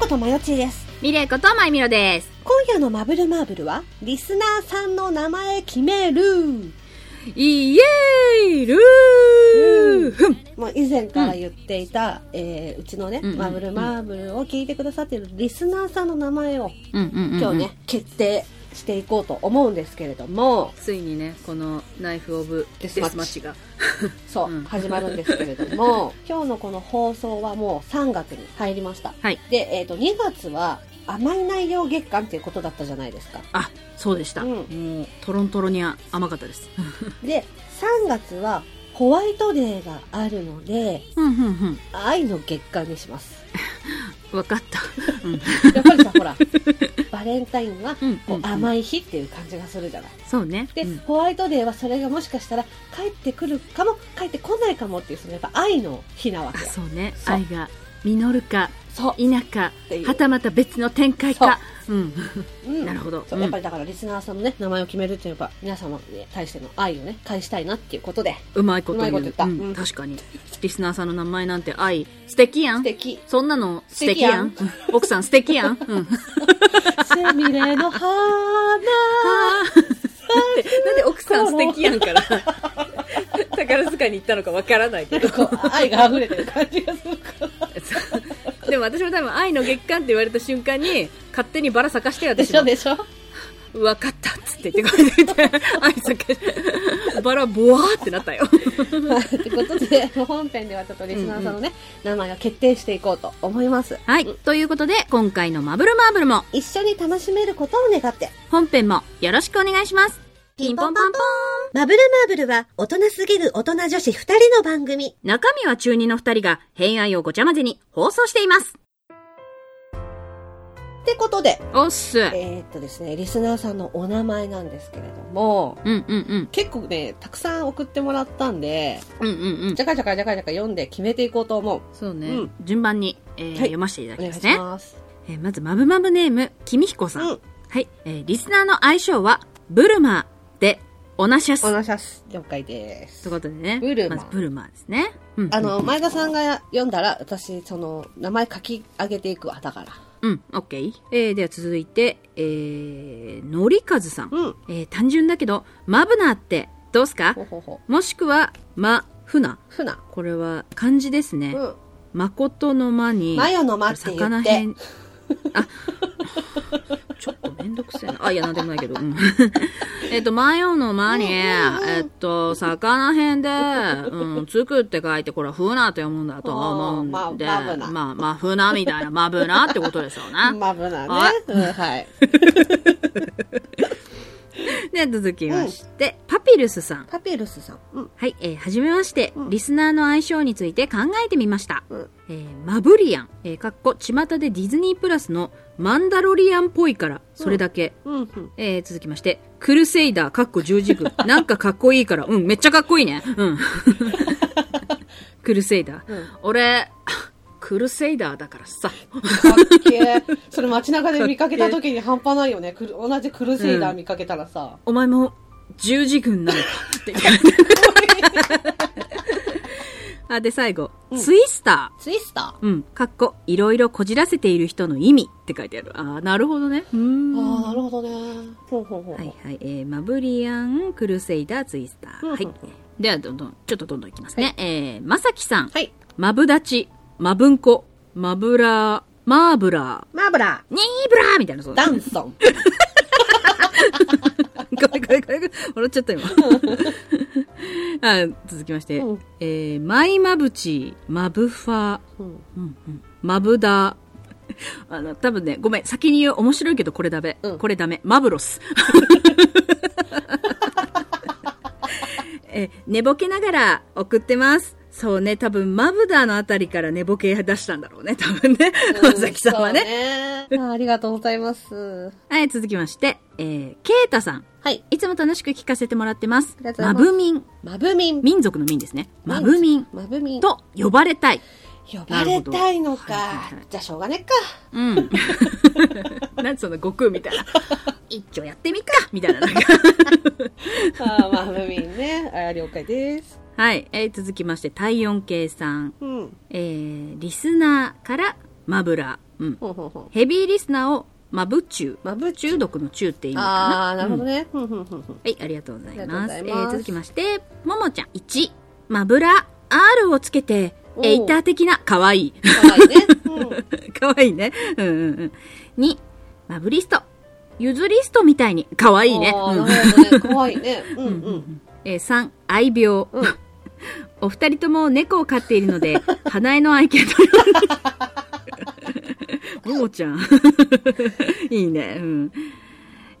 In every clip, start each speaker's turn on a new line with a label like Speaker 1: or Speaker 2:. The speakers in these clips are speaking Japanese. Speaker 1: ことまよちです。
Speaker 2: ミレイことまいみろです。
Speaker 1: 今夜のマブルマーブルは、リスナーさんの名前決める。
Speaker 2: イエーイルーふん
Speaker 1: もう以前から言っていた、えーうちのね、
Speaker 2: うんうん
Speaker 1: マブルマーブルを聞いてくださっているリスナーさんの名前を
Speaker 2: うんうんうんうん
Speaker 1: 今日ね、。決定していこうと思うんですけれども、
Speaker 2: ついにね、このナイフ・オブ・デスマッチが。
Speaker 1: そう、
Speaker 2: うん
Speaker 1: 始まるんですけれど も、今日のこの放送はもう3月に入りました。
Speaker 2: はい。
Speaker 1: で、えっ、と、2月は甘い内容月間っていうことだったじゃないですか。
Speaker 2: あ、そうでした。
Speaker 1: うん
Speaker 2: もう、トロントロに甘かったです。
Speaker 1: で、3月はホワイトデーがあるので、
Speaker 2: うんうんうん。
Speaker 1: 愛の月間にします。
Speaker 2: わかった。うん
Speaker 1: やっぱりさ、ほ ら、バレンタインは
Speaker 2: うん
Speaker 1: こ
Speaker 2: うんう
Speaker 1: うん甘い日っていう感じがするじゃない。
Speaker 2: そうね。
Speaker 1: で、
Speaker 2: うん
Speaker 1: ホワイトデーはそれがもしかしたら帰ってくるかも、帰ってこないかもっていう、そのやっぱ愛の日なわ
Speaker 2: あ
Speaker 1: けよ。
Speaker 2: そうね。
Speaker 1: そう
Speaker 2: 愛が実るか、
Speaker 1: そう。
Speaker 2: 否か
Speaker 1: てい、う
Speaker 2: はたまた別の展開か。うん。
Speaker 1: うん
Speaker 2: なるほど
Speaker 1: そう
Speaker 2: うん
Speaker 1: やっぱりだからリスナーさんのね、名前を決めるっていうのはやっぱ皆様に対しての愛をね、返したいなっていうことで、
Speaker 2: うまいこと言
Speaker 1: うまいこと言った
Speaker 2: ん
Speaker 1: うん
Speaker 2: 確かに。リスナーさんの名前なんて愛、素敵や
Speaker 1: 素
Speaker 2: ん。
Speaker 1: 敵。
Speaker 2: そんなの素敵やん
Speaker 1: 素。
Speaker 2: うん奥さん素敵やん。うん。
Speaker 1: セミレの花。
Speaker 2: なんで奥さん素敵やんから。 宝塚に行ったのかわからないけど。
Speaker 1: こう愛が溢れてる感じがするから。
Speaker 2: でも私も多分愛の月間って言われた瞬間に、勝手にバラ咲かしてよ
Speaker 1: で
Speaker 2: 私
Speaker 1: しょ
Speaker 2: も。
Speaker 1: でしょ
Speaker 2: わかったっつって言ってこうやって愛咲かして。バラボワーってなったよ。
Speaker 1: ってことで、本編ではちょっとリスナーさんのね、名前を決定していこうと思います。
Speaker 2: はい。ということで、今回のマブルマーブルも、
Speaker 1: 一緒に楽しめることを願って。
Speaker 2: 本編もよろしくお願いします。ピンポンパンポーン
Speaker 1: マブルマーブルは大人すぎる大人女子二人の番組。
Speaker 2: 中身は中二の二人が偏愛をごちゃ混ぜに放送していま
Speaker 1: っ
Speaker 2: す。
Speaker 1: てことで、
Speaker 2: おっす。うん
Speaker 1: えーっとですね、リスナーさんのお名前なんですけれども、
Speaker 2: うんうん。
Speaker 1: 結構ね、たくさん送ってもらったんで、
Speaker 2: うんうんうん
Speaker 1: じ。ゃかじゃかじゃかじゃか読んで決めていこうと思う。
Speaker 2: そうね。
Speaker 1: うん
Speaker 2: 順番に、えー
Speaker 1: い
Speaker 2: 読ませていただ
Speaker 1: お
Speaker 2: き
Speaker 1: 願いし
Speaker 2: ますね。
Speaker 1: ます。
Speaker 2: えーまず、まぶまぶネーム、きみひこ
Speaker 1: う
Speaker 2: さん。
Speaker 1: ん。
Speaker 2: はい。えーリスナーの愛称は、ブルマーで、オナシャス。
Speaker 1: お
Speaker 2: とい
Speaker 1: 願いします。了解です
Speaker 2: う。ことでね。
Speaker 1: ブルマー
Speaker 2: まず、ブルマーですね。うん。
Speaker 1: あの、前田さんが読んだら、私、その、名前書き上げていくわ、だから。
Speaker 2: うん、オッケー。えーでは続いて、えー、のりかずさん。
Speaker 1: うん。
Speaker 2: えー単純だけど、マブナーって、どうすか
Speaker 1: ほほほ。
Speaker 2: もしくは、ま、ふな。
Speaker 1: ふな。
Speaker 2: これは漢字ですね。
Speaker 1: うん。
Speaker 2: 誠の間に、
Speaker 1: マヨの間って言
Speaker 2: 魚
Speaker 1: って
Speaker 2: 編。。あ、ちょっとめんどくせえな。あ、いや、なんでもないけど。うん えっと、マヨの間に、えっと、魚編で、うん、つくって書いて、これはふなって読むんだと思うんで、
Speaker 1: あーまマブナ
Speaker 2: まあ、まあ、ふなみたいな、 まぶなってことですよね。
Speaker 1: マブナ
Speaker 2: は
Speaker 1: ね
Speaker 2: い。
Speaker 1: うん、はい。
Speaker 2: で、続きまして、パピルスさん。
Speaker 1: パピルスさん。うん。
Speaker 2: はい、えーはじめまして、
Speaker 1: うん
Speaker 2: リスナーの相性について考えてみました。
Speaker 1: うん
Speaker 2: えーマブリアン、えー、かっこ、巷でディズニープラスのマンダロリアンっぽいから、それだけ。
Speaker 1: うん、うん。
Speaker 2: えー続きまして、クルセイダー、かっこ十字軍。なんかかっこいいから、うん、めっちゃかっこいいね。うん。 クルセイダー。
Speaker 1: うん
Speaker 2: 俺、クルセイダーだからさ。
Speaker 1: かっけえ。それ街中で見かけた時に半端ないよね。くる同じクルセイダー見かけたらさ。
Speaker 2: お前も十字軍なのかって。あ、で、最後、ツイスター。
Speaker 1: ツイスター
Speaker 2: うん、かっこ、いろいろこじらせている人の意味って書いてある。あーなるほどね。うーん。
Speaker 1: ああ、
Speaker 2: は
Speaker 1: なるほどね。ほうほうほう。
Speaker 2: いはい。えーマブリアン、クルセイダー、ツイスター。
Speaker 1: うん
Speaker 2: はい。では、どんどん、ちょっとどんどんいきますね。えー、まさきさん。
Speaker 1: はい。
Speaker 2: マブダチ、マブンコ、マブラー、マーブラ
Speaker 1: マーブラ
Speaker 2: ー、ニーブラーみたいな、そう
Speaker 1: ダ ンソン。
Speaker 2: これこれこれ、笑っちゃっ た今。あ続きまして、
Speaker 1: うん
Speaker 2: えー、マイマブチ、マブファ、
Speaker 1: うん
Speaker 2: うんうん、マブダ、 あの、多分ね、ごめん、先に言う面白いけどこれダメ。
Speaker 1: うん
Speaker 2: これダメ。マブロス。 え、寝ぼけながら送ってます。そうね、多分、マブダのあたりから寝ぼけ出したんだろうね、多分ね。まさきさんはね。
Speaker 1: そうねあーありがとうございます。
Speaker 2: はい、続きまして、えー、ケイタさん。
Speaker 1: はい。
Speaker 2: いつも楽しく聞かせてもらってます
Speaker 1: ありが。とう
Speaker 2: マ
Speaker 1: ございます
Speaker 2: ブミン。
Speaker 1: マブミン。
Speaker 2: 民族の民ですね。マブミン。
Speaker 1: マブミン。
Speaker 2: と呼ばれたい。
Speaker 1: 呼ばれたいのか。
Speaker 2: なるほどはいはいはい
Speaker 1: じゃあしょうがねっか。
Speaker 2: うん。 なんその悟空みたいな。 一丁やってみっかみたいな。なんか
Speaker 1: あーマブミンね。あー了解です。
Speaker 2: はい、えー続きまして、体温計さん。
Speaker 1: うん。
Speaker 2: えー、リスナーからマブラうん。
Speaker 1: ほうほうほう。
Speaker 2: ヘビーリスナーをマブチュー。
Speaker 1: マブチュー
Speaker 2: 中毒の中って意味かな。
Speaker 1: あー、なるほどね。ふんふんふんふん。
Speaker 2: はい、ありがとうございます。
Speaker 1: あ
Speaker 2: え
Speaker 1: りがとうございます
Speaker 2: ー続きまして、ももちゃん。1、マブラ R をつけて、
Speaker 1: おー
Speaker 2: エイター的な、かわいい。
Speaker 1: かわいいね。うん。
Speaker 2: かわいいね。うんうんうん。2、マブリスト。ゆずリストみたいに、かわいいね。
Speaker 1: あ
Speaker 2: う
Speaker 1: ー
Speaker 2: ん
Speaker 1: なるほどね。かわいいね。うんうん。
Speaker 2: えー3、愛病。
Speaker 1: うん
Speaker 2: お二人とも猫を飼っているので、 花江の愛犬のように。 ももちゃん。いいね。うん。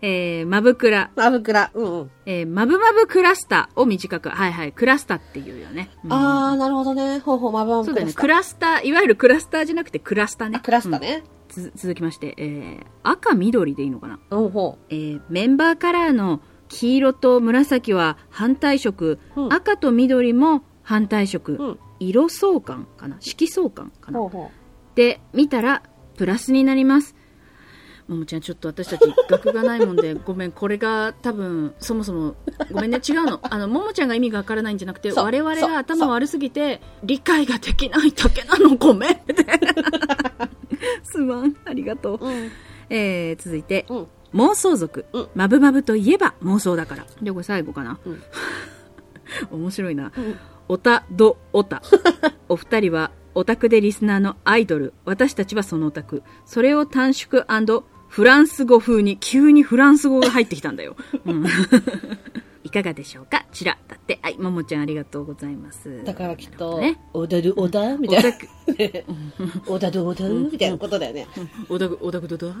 Speaker 2: えー、マブクラ。
Speaker 1: マブクラ。うんうん。
Speaker 2: えー、マブマブクラスターを短く。はいはい。クラスターっていうよね。うん
Speaker 1: あー、なるほどね。ほうほう、マブマ
Speaker 2: そ
Speaker 1: ブ
Speaker 2: う
Speaker 1: ク
Speaker 2: だ
Speaker 1: ラ
Speaker 2: よ
Speaker 1: ス
Speaker 2: ね。
Speaker 1: ター
Speaker 2: クラスター、いわゆるクラスターじゃなくてクラスターね。
Speaker 1: あクラスターね。
Speaker 2: うん。つ続きまして、えー、赤緑でいいのかな
Speaker 1: うん、ほ
Speaker 2: えーメンバーカラーの黄色と紫は反対色、
Speaker 1: うん
Speaker 2: 赤と緑も反対色、
Speaker 1: うん
Speaker 2: 色相関かな色相関か
Speaker 1: う。
Speaker 2: な
Speaker 1: ほうほ
Speaker 2: で見たらプラスになりますももちゃんちょっと私たち学がないも んでごめんこれが多分そもそもごめんね違うのあのももちゃんが意味がわからないんじゃなくて
Speaker 1: そう
Speaker 2: 我々
Speaker 1: そう
Speaker 2: が頭悪すぎて理解ができないだけなのごめん すまんありがとう
Speaker 1: う。うん。
Speaker 2: えー、続いて、
Speaker 1: うん
Speaker 2: 妄想族、
Speaker 1: うん
Speaker 2: マブマブといえば妄想だからでこれ最後かな、
Speaker 1: うん
Speaker 2: 面白いな、
Speaker 1: うん
Speaker 2: オタドオタお二人はオタクでリスナーのアイドル私たちはそのオタクそれを短縮フランス語風に急にフランス語が入ってきたんだよ、うん、 いかがでしょうかチラだってはいももちゃんありがとうございます
Speaker 1: だからきっと
Speaker 2: ね、
Speaker 1: オダルオダみた
Speaker 2: オ
Speaker 1: いな
Speaker 2: タ。ク
Speaker 1: オダルオダみたいなことだよね。
Speaker 2: オタクオタクドドア
Speaker 1: こ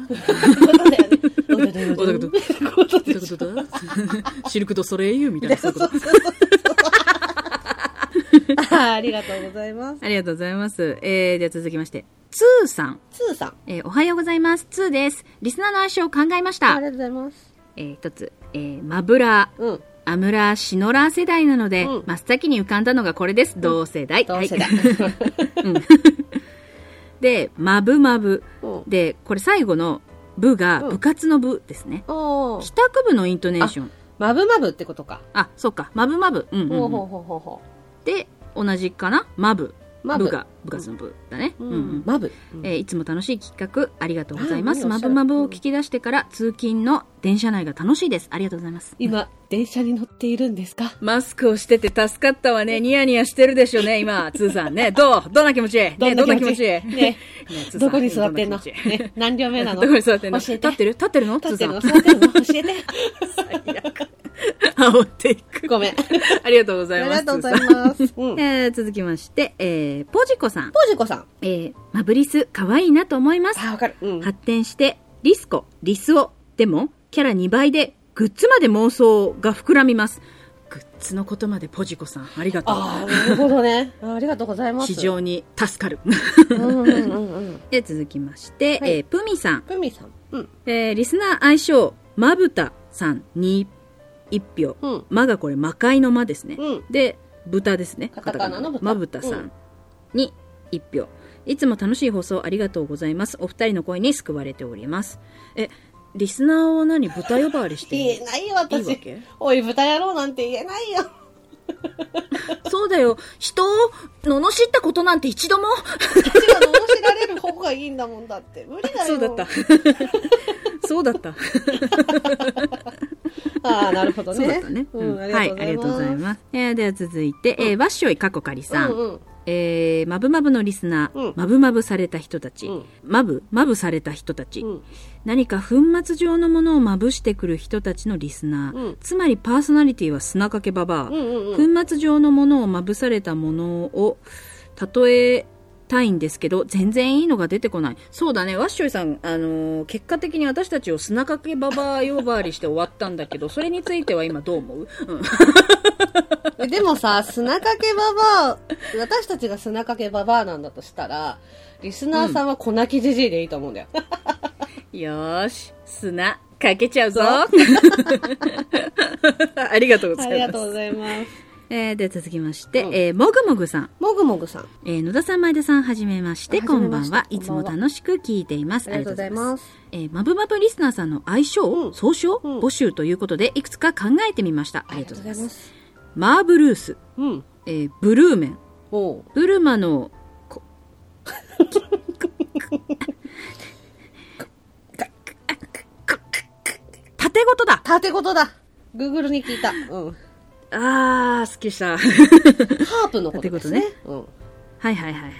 Speaker 1: とだよね。オダルオダ
Speaker 2: オダル
Speaker 1: みたいなこと
Speaker 2: と
Speaker 1: で
Speaker 2: いう
Speaker 1: し
Speaker 2: こ
Speaker 1: ょ。
Speaker 2: とだ シルク・ド・ソレイユみたいなそういうこと
Speaker 1: あーありがとうございます。
Speaker 2: ありがとうございます。えー、では続きまして、ツーさん。
Speaker 1: ツーさん。
Speaker 2: えー、おはようございます。ツーです。リスナーの愛称を考えまし
Speaker 1: あ
Speaker 2: た
Speaker 1: り。がとうございます。
Speaker 2: えー、一つ、えー、マブラー。
Speaker 1: うん。
Speaker 2: アムラー、シノラー世代なので、
Speaker 1: うん
Speaker 2: 真っ先に浮かんだのがこれです。同世代。
Speaker 1: 同世代
Speaker 2: はい。で、マブマブ。
Speaker 1: うん。
Speaker 2: で、これ最後の部が
Speaker 1: うん
Speaker 2: 部活の部ですね。
Speaker 1: おー
Speaker 2: 帰宅部のイントネーション。
Speaker 1: マブマブってことか。
Speaker 2: あそうか。マブマブ。うん、
Speaker 1: ほ
Speaker 2: う
Speaker 1: うんほう
Speaker 2: う。
Speaker 1: んほうほうほ
Speaker 2: で、同じかなマブ。
Speaker 1: う。マブ。
Speaker 2: 部が部活の部だね。
Speaker 1: うん
Speaker 2: うんうん
Speaker 1: マブ。
Speaker 2: えーいつも楽しい企画ありがとうございま
Speaker 1: あ
Speaker 2: す。
Speaker 1: いいね
Speaker 2: まぶまぶを聞き出してから通勤の電車内が楽しいです。ありがとうございます。
Speaker 1: 今、電車に乗っているんですか
Speaker 2: マスクをしてて助かったわね。ニヤニヤしてるでしょね、今、つーさん。 ね、どうどんな気持ちね、どんな気持 ち
Speaker 1: ね、
Speaker 2: つーさ
Speaker 1: どこに座ってんの
Speaker 2: ど気持ち
Speaker 1: ね、何両目なの
Speaker 2: どこに座ってんの
Speaker 1: 教
Speaker 2: 立
Speaker 1: え。
Speaker 2: っててる立ってるのつ
Speaker 1: 立ってるの
Speaker 2: ーさん。
Speaker 1: 座ってるの教え
Speaker 2: 煽っていく
Speaker 1: て。。ごめん。あ
Speaker 2: ありがとうござい
Speaker 1: り
Speaker 2: ます。
Speaker 1: がとうござい
Speaker 2: つー
Speaker 1: ます。う
Speaker 2: さ
Speaker 1: ん
Speaker 2: ん。えー続きまして、えー、ポジコさん。
Speaker 1: ポジコさん。
Speaker 2: えー、マブリス、可愛いなと思います。
Speaker 1: あ、わかる。うん。
Speaker 2: 発展して、リスコ、リスオ。でも、キャラ2倍で、グッズまで妄想が膨らみます。グッズのことまでポジコさん、ありがと
Speaker 1: ああ、なるほどね。あありがとうございま
Speaker 2: う。
Speaker 1: す。
Speaker 2: 非常に助かる。
Speaker 1: うんうんうん うん。
Speaker 2: で、 続きまして、
Speaker 1: はい
Speaker 2: えープミさん。
Speaker 1: プミさん。うん。
Speaker 2: えーリスナー愛称、まぶたさんに1票。
Speaker 1: うん。
Speaker 2: まがこれ、魔界の間ですね。
Speaker 1: うん。
Speaker 2: で、豚ですね。
Speaker 1: カタカナの豚
Speaker 2: まぶたさ
Speaker 1: うん
Speaker 2: んに1票。いつも楽しい放送ありがとうございます。お二人の声に救われております。え、リスナーを何豚呼ばわりして
Speaker 1: 言え
Speaker 2: い
Speaker 1: ないよ、
Speaker 2: いわ
Speaker 1: 私。
Speaker 2: け
Speaker 1: おい、豚野郎なんて言えないよ。
Speaker 2: そうだよ。人を罵ったことなんて一度も。
Speaker 1: 私が罵られる方がいいんだもんだって。無理だよ。
Speaker 2: そうだ った。。そうだった。
Speaker 1: ああ、なるほどね。
Speaker 2: そうだったね。
Speaker 1: う
Speaker 2: う
Speaker 1: ん、
Speaker 2: んはい、ありがとうござい
Speaker 1: す。
Speaker 2: ます。えーでは続いて、えー、わっしょいかこかりさん。
Speaker 1: うんうん。
Speaker 2: えー、まぶまぶのリスナ
Speaker 1: うん
Speaker 2: ー、まぶまぶされた人たち
Speaker 1: うん、
Speaker 2: まぶ、まぶされた人たち
Speaker 1: う、ん
Speaker 2: 何か粉末状のものをまぶしてくる人たちのリスナー、
Speaker 1: うん
Speaker 2: つまりパーソナリティは砂かけババア、
Speaker 1: うんうんうん。
Speaker 2: 粉末状のものをまぶされたものを例えたいんですけど全然いいのが出てこないそうだねワッショイさん、あのー結果的に私たちを砂かけババア呼ばわりして終わったんだけどそれについては今どう思う、うん、
Speaker 1: えでもさ、砂かけババア、私たちが砂かけババアなんだとしたら、リスナーさんは粉きじじいでいいと思うんだよ。
Speaker 2: よーし砂かけちゃうぞ ありがとうご
Speaker 1: あ
Speaker 2: ざ
Speaker 1: り
Speaker 2: い
Speaker 1: が
Speaker 2: ま
Speaker 1: とうご
Speaker 2: す、
Speaker 1: ざいます。
Speaker 2: えー、で続きまして、
Speaker 1: うん
Speaker 2: えーもぐもぐさん
Speaker 1: もぐもぐさん。
Speaker 2: えー野田さん、前田さん、はじめまして、
Speaker 1: あ
Speaker 2: こんばんは。
Speaker 1: はじめまして
Speaker 2: いつも楽しく聞いています。
Speaker 1: ありがとうございます。
Speaker 2: ありがとうございます。えー、まぶまぶリスナーさんの愛称、
Speaker 1: うん
Speaker 2: 総称、
Speaker 1: うん
Speaker 2: 募集ということで、いくつか考えてみました。ありがとうございます。
Speaker 1: す。
Speaker 2: マーブルース、
Speaker 1: うん。
Speaker 2: えー、ブルーメン、
Speaker 1: おう。
Speaker 2: ブルマの、こ事だ
Speaker 1: 縦事だ。グーグルに聞いた。 うん。
Speaker 2: あー、好きした。
Speaker 1: ハープのことですね。うん。
Speaker 2: はいはいはいはいはい。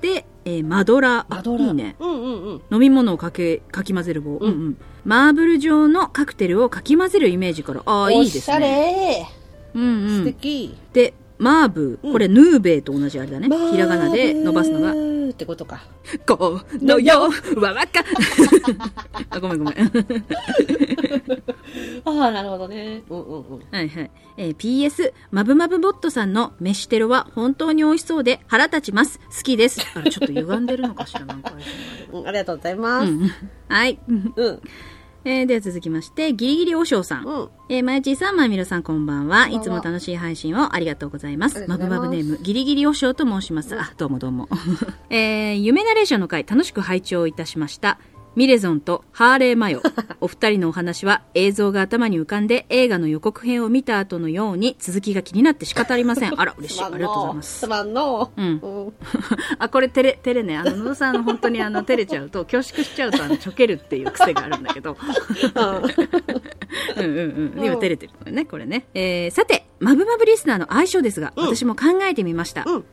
Speaker 2: で、えーマドラー。あ
Speaker 1: マドラー
Speaker 2: いいね。
Speaker 1: うんうんうん。
Speaker 2: 飲み物をかけ、かき混ぜる棒。う
Speaker 1: ん
Speaker 2: んうん。マーブル状のカクテルをかき混ぜるイメージから。ああ、いい
Speaker 1: お
Speaker 2: ですね。
Speaker 1: しゃれ
Speaker 2: うんう
Speaker 1: 素
Speaker 2: ん。
Speaker 1: 敵。
Speaker 2: で、マーブ、これヌーベイと同じあれだね。ひらがなで伸ばすのが
Speaker 1: マ、ーブってことか。
Speaker 2: このよわわか。 あ、ごめんごめん。
Speaker 1: ああ、なるほどね。うんうんうん。
Speaker 2: はいはい。えー PS、まぶまぶボットさんの飯テロは本当に美味しそうで腹立ちます。好きです。あれ、ちょっと歪んでるのかしら、な んか。
Speaker 1: うん、ありがとうございま
Speaker 2: う
Speaker 1: す。
Speaker 2: ん。はい。
Speaker 1: うん。
Speaker 2: えーでは続きまして、ギリギリおしょうさん。
Speaker 1: うん。
Speaker 2: えー、まゆちーさん、まゆみろさん、こんばんは。
Speaker 1: こんばん
Speaker 2: い
Speaker 1: は
Speaker 2: つも楽しい配信をありがとうございま
Speaker 1: あ
Speaker 2: す。
Speaker 1: り
Speaker 2: ま
Speaker 1: がと
Speaker 2: ぶ
Speaker 1: うござ
Speaker 2: ま
Speaker 1: います
Speaker 2: ぶネーム、ギリギリおしょうと申します。あ、どうもどうも。 えー、夢ナレーションの回、楽しく拝聴いたしました。ミレゾンとハーレー マヨ。お二人のお話は映像が頭に浮かんで映画の予告編を見た後のように続きが気になって仕方ありません。あら、嬉しい。ありがとうございます
Speaker 1: す。まんの。
Speaker 2: うん
Speaker 1: うん。
Speaker 2: あ、これ照れ、照れね。あの、野田さん、あの本当にあの、照れちゃうと、恐縮しちゃうと、あの、ちょけるっていう癖があるんだけど。うんうんうん。今照れてるのよね、これね。えー、さて、マブマブリスナーの相性ですが、
Speaker 1: うん
Speaker 2: 私も考えてみました。
Speaker 1: うん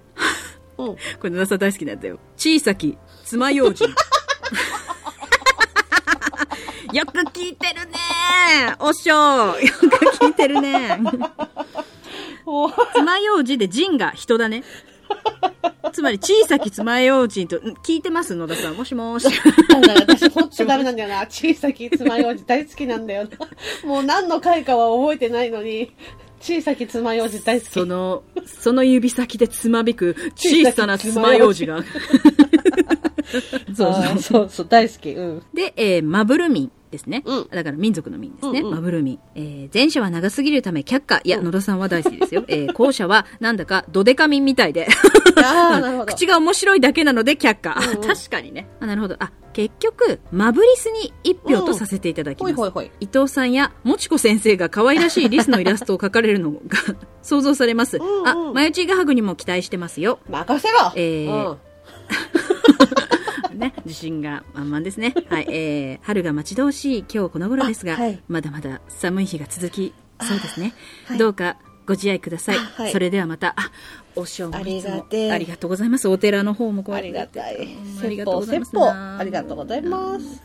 Speaker 1: うん。
Speaker 2: これ野田さん大好きなんだよ。小さき、爪楊枝。よく聞いてるねおしょうよく聞いてるね
Speaker 1: お
Speaker 2: 爪楊枝で人が人だね。つまり小さき爪楊枝と、うん聞いてます野田さん。もしもーし。
Speaker 1: なんだよ私、ほんとダメなんだよな。小さきつまようじ大好きなんだ よな。もう何の回かは覚えてないのに、小さきつまようじ大好き。
Speaker 2: その、その指先でつまびく小さな爪楊枝が。そう
Speaker 1: あ
Speaker 2: そ
Speaker 1: ー
Speaker 2: う。
Speaker 1: そうそう、大好き。うん。
Speaker 2: で、えーマブル民ですね。
Speaker 1: うん
Speaker 2: だから民族の民ですね。
Speaker 1: うんうん
Speaker 2: マブル民。えー前者は長すぎるため却下。いや、野田さんは大好きですよ。 えー後者はなんだかドデカ民みたいで。
Speaker 1: ああ、なるほど。
Speaker 2: 口が面白いだけなので却下。
Speaker 1: うんうん
Speaker 2: 確かにね。あ、なるほど。あ、結局、マブリスに一票とさせていただきま
Speaker 1: ほ
Speaker 2: す。
Speaker 1: いほいほい。
Speaker 2: 伊藤さんやもちこ先生が可愛らしいリスのイラストを描かれるのが想像されます。
Speaker 1: うんうん
Speaker 2: あ、マユチーガハグにも期待してますよ。
Speaker 1: 任せろ
Speaker 2: えー
Speaker 1: うん。
Speaker 2: ね、自信が満々ですね。はい、えー、春が待ち遠しい今日この頃ですが、
Speaker 1: あはい
Speaker 2: まだまだ寒い日が続き、そうですね。
Speaker 1: はい
Speaker 2: どうかご自愛ください。
Speaker 1: あはい
Speaker 2: それではまた、あ、お正月も
Speaker 1: ありがてえ
Speaker 2: ありがとうございます。お寺の方もこう
Speaker 1: あ
Speaker 2: やっ
Speaker 1: り
Speaker 2: て
Speaker 1: がたい
Speaker 2: うん。あ
Speaker 1: 説
Speaker 2: りがとう
Speaker 1: 法、
Speaker 2: ございま
Speaker 1: 説
Speaker 2: す
Speaker 1: 法。
Speaker 2: な。
Speaker 1: ありがとうございます。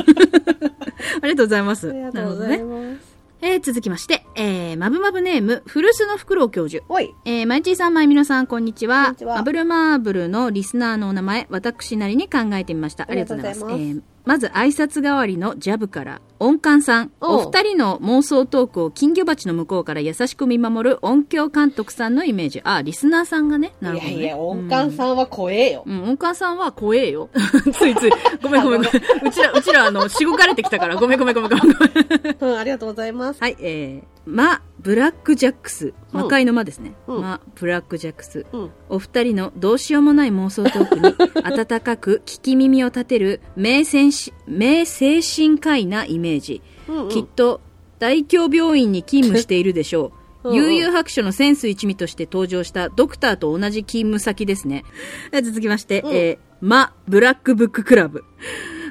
Speaker 2: ありがとうございます。
Speaker 1: ありが
Speaker 2: な
Speaker 1: と
Speaker 2: る
Speaker 1: う
Speaker 2: ほ
Speaker 1: ご
Speaker 2: ど
Speaker 1: ざい
Speaker 2: ね。
Speaker 1: ます。
Speaker 2: えー、続きまして、えー、まぶまぶネーム、古巣のフクロウ教授。
Speaker 1: おい。
Speaker 2: えー、まゆちーさん、まゆみのさん、こんにちは。
Speaker 1: こんにちは
Speaker 2: マブルマーブルのリスナーのお名前、私なりに考えてみました。あ
Speaker 1: あ
Speaker 2: り
Speaker 1: り
Speaker 2: が
Speaker 1: が
Speaker 2: と
Speaker 1: と
Speaker 2: う
Speaker 1: うご
Speaker 2: ござ
Speaker 1: ざ
Speaker 2: い
Speaker 1: い
Speaker 2: ま。
Speaker 1: ますす
Speaker 2: えーまず、挨拶代わりのジャブから、音感さん。
Speaker 1: お
Speaker 2: お
Speaker 1: う
Speaker 2: 二人の妄想トークを金魚鉢の向こうから優しく見守る音響監督さんのイメージ。あ、リスナーさんがね。なる
Speaker 1: い
Speaker 2: ほ
Speaker 1: や
Speaker 2: ど、ね。
Speaker 1: いや、音感さんは怖えよ。
Speaker 2: うん、音感さんは怖えよ。 ついつい。ごめんごめんごめん。うちら、うちら、あの、しごかれてきたから。ごめんごめんごめんごめんごめん。
Speaker 1: うん、ありがとうございます。
Speaker 2: はい、えー、マ・ブラックジャックス。魔界の魔ですね。
Speaker 1: うん
Speaker 2: マ・ブラックジャックス。
Speaker 1: うん。
Speaker 2: お二人のどうしようもない妄想ト ークに温かく聞き耳を立てる名戦士名精神科医なイメージ、
Speaker 1: うんうん
Speaker 2: きっと大京病院に勤務しているでしょう
Speaker 1: うんうん
Speaker 2: 悠々白書のセンス一味として登場したドクターと同じ勤務先で すね。え続きまして、
Speaker 1: うん
Speaker 2: えーマ・ブラックブッククラブ。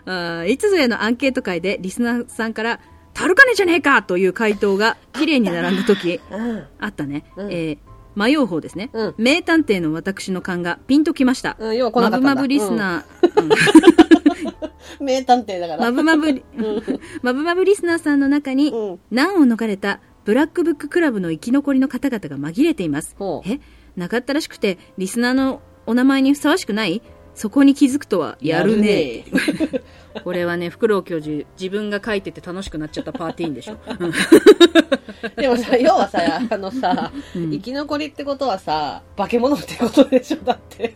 Speaker 2: あーいつぞやのアンケート会でリスナーさんから、タルカネじゃねえかという回答が綺麗に並んだ時、
Speaker 1: うん。
Speaker 2: あったね。
Speaker 1: うん
Speaker 2: えー迷う方ですね、
Speaker 1: うん
Speaker 2: 名探偵の私の勘がピンときました。
Speaker 1: うん要は来
Speaker 2: ま
Speaker 1: なかっ
Speaker 2: ぶ
Speaker 1: たんだ
Speaker 2: まぶリスナー、うん
Speaker 1: 名探偵だか
Speaker 2: ま
Speaker 1: ら。
Speaker 2: ぶまぶ、 まぶまぶリスナーさんの中に、
Speaker 1: うん
Speaker 2: 難を逃れたブラックブッククラブの生き残りの方々が紛れています
Speaker 1: ほ。う
Speaker 2: え、なかったらしくて、リスナーのお名前にふさわしくないそこに気づくとはやるね。
Speaker 1: やるね。
Speaker 2: これはね、フクロウ教授、自分が書いてて楽しくなっちゃったパーティーンでしょ。うん
Speaker 1: でも さ、要はさ、あのさ、生き残りってことはさ、化け物ってことでしょ、だ って。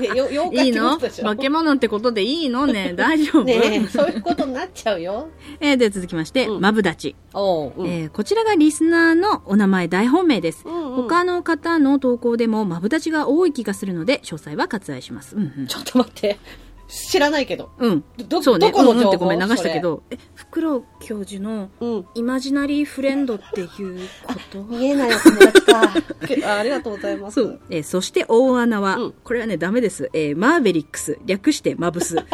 Speaker 1: いやいやよ妖怪っ
Speaker 2: いい
Speaker 1: てこ
Speaker 2: の
Speaker 1: とでしょ。
Speaker 2: 化け物ってことでいいのね大丈夫、
Speaker 1: ねえ、そういうことになっちゃうよ。
Speaker 2: えーで続きまして、
Speaker 1: うん
Speaker 2: マブダチ、
Speaker 1: おう、うん。
Speaker 2: えーこちらがリスナーのお名前大本命です、
Speaker 1: うんうん
Speaker 2: 他の方の投稿でもマブダチが多い気がするので詳細は割愛しますうんうん
Speaker 1: ちょっと待って。知らないけど。
Speaker 2: うん、
Speaker 1: ど
Speaker 2: そう
Speaker 1: ど
Speaker 2: ね
Speaker 1: この
Speaker 2: うんうんって
Speaker 1: 情報
Speaker 2: ごめん流したけどえフクロウ教授の
Speaker 1: うん。
Speaker 2: イマジナリーフレンドっていうこと
Speaker 1: 見えないお友達か。 けあありがとうございます。
Speaker 2: そう、えーそして大穴は、
Speaker 1: うん
Speaker 2: これはねダメです、えーマーベリックス略してマブス
Speaker 1: あ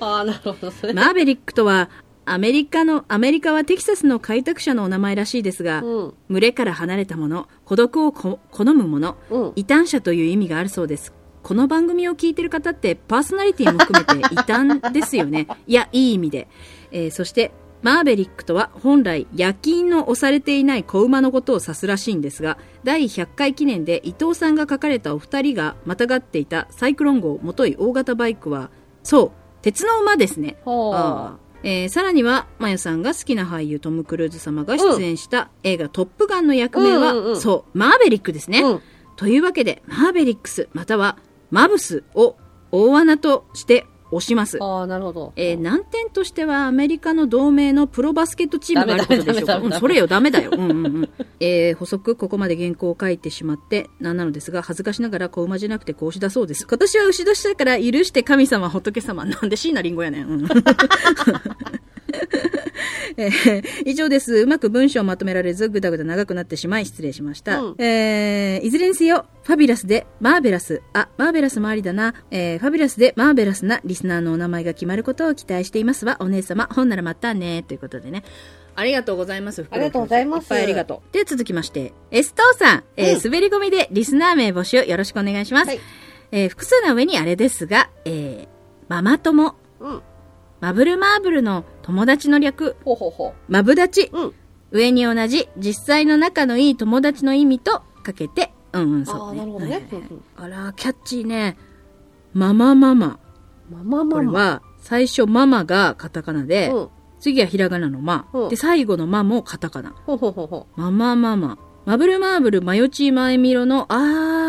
Speaker 1: ああ、なるほど、それ。
Speaker 2: マーベリックとは、アメリカの、アメリカはテキサスの開拓者のお名前らしいですが、
Speaker 1: うん。
Speaker 2: 群れから離れたもの、孤独をこ好むもの、
Speaker 1: うん。
Speaker 2: 異端者という意味があるそうです。この番組を聞いてる方ってパーソナリティも含めて異端ですよね。いや、いい意味で。えーそして、マーベリックとは本来夜勤の押されていない子馬のことを指すらしいんですが、第100回記念で伊藤さんが書かれたお二人がまたがっていたサイクロン号元い大型バイクは、そう、鉄の馬ですね。
Speaker 1: ほう。
Speaker 2: ああえーさらには、まゆさんが好きな俳優トム・クルーズ様が出演した映画「トップガン」の役名は、
Speaker 1: うんうんうん
Speaker 2: そう、マーベリックですね。
Speaker 1: うん。
Speaker 2: というわけで、マーベリックスまたはマブスを大穴として押します。
Speaker 1: ああ、なるほど。
Speaker 2: えー難点としてはアメリカの同盟のプロバスケットチームがあることでしょうか。
Speaker 1: ダメダメダメダメ
Speaker 2: うんそれよ、ダメだよ。うんうんうん。 えー補足、ここまで原稿を書いてしまって、なんなのですが、恥ずかしながら子馬じゃなくて子牛だそうです。今年は牛年だから許して神様、仏様、なんで椎名林檎やねん。うんえー以上です。うまく文章をまとめられず、ぐだぐだ長くなってしまい、失礼しました。
Speaker 1: うん
Speaker 2: えーいずれにせよ、ファビュラスで、マーベラス、あ、マーベラスもありだな、えーファビュラスで、マーベラスなリスナーのお名前が決まることを期待していますわ、お姉様、本ならまたね、ということでね。ありがとうございます、福
Speaker 1: ありがとうございます
Speaker 2: っぱいありがとう。で、続きまして、エストーさん、えー
Speaker 1: うん
Speaker 2: 滑り込みでリスナー名募集よろしくお願いします。
Speaker 1: はい
Speaker 2: えー複数の上にあれですが、えーママ友、
Speaker 1: うん。
Speaker 2: マブルマーブルの友達の略、
Speaker 1: ほうほうほ
Speaker 2: マブダチ、
Speaker 1: う。うん。
Speaker 2: 上に同じ、実際の仲のいい友達の意味とかけて、うんうん、
Speaker 1: あ
Speaker 2: そ
Speaker 1: あ、
Speaker 2: う、ね。
Speaker 1: なるほど
Speaker 2: はい
Speaker 1: ね。うんうん
Speaker 2: あら、キャッチーね。ママママ。
Speaker 1: まあまあま
Speaker 2: こ
Speaker 1: あ
Speaker 2: れ
Speaker 1: まあ。
Speaker 2: は、最初ママがカタカナで、
Speaker 1: うん。
Speaker 2: 次はひらがなのマ、
Speaker 1: うん
Speaker 2: で、最後のマもカタカナ。
Speaker 1: ほうほうほうほう。
Speaker 2: ママママ。マブルマーブルマヨチーマエミロの、あー、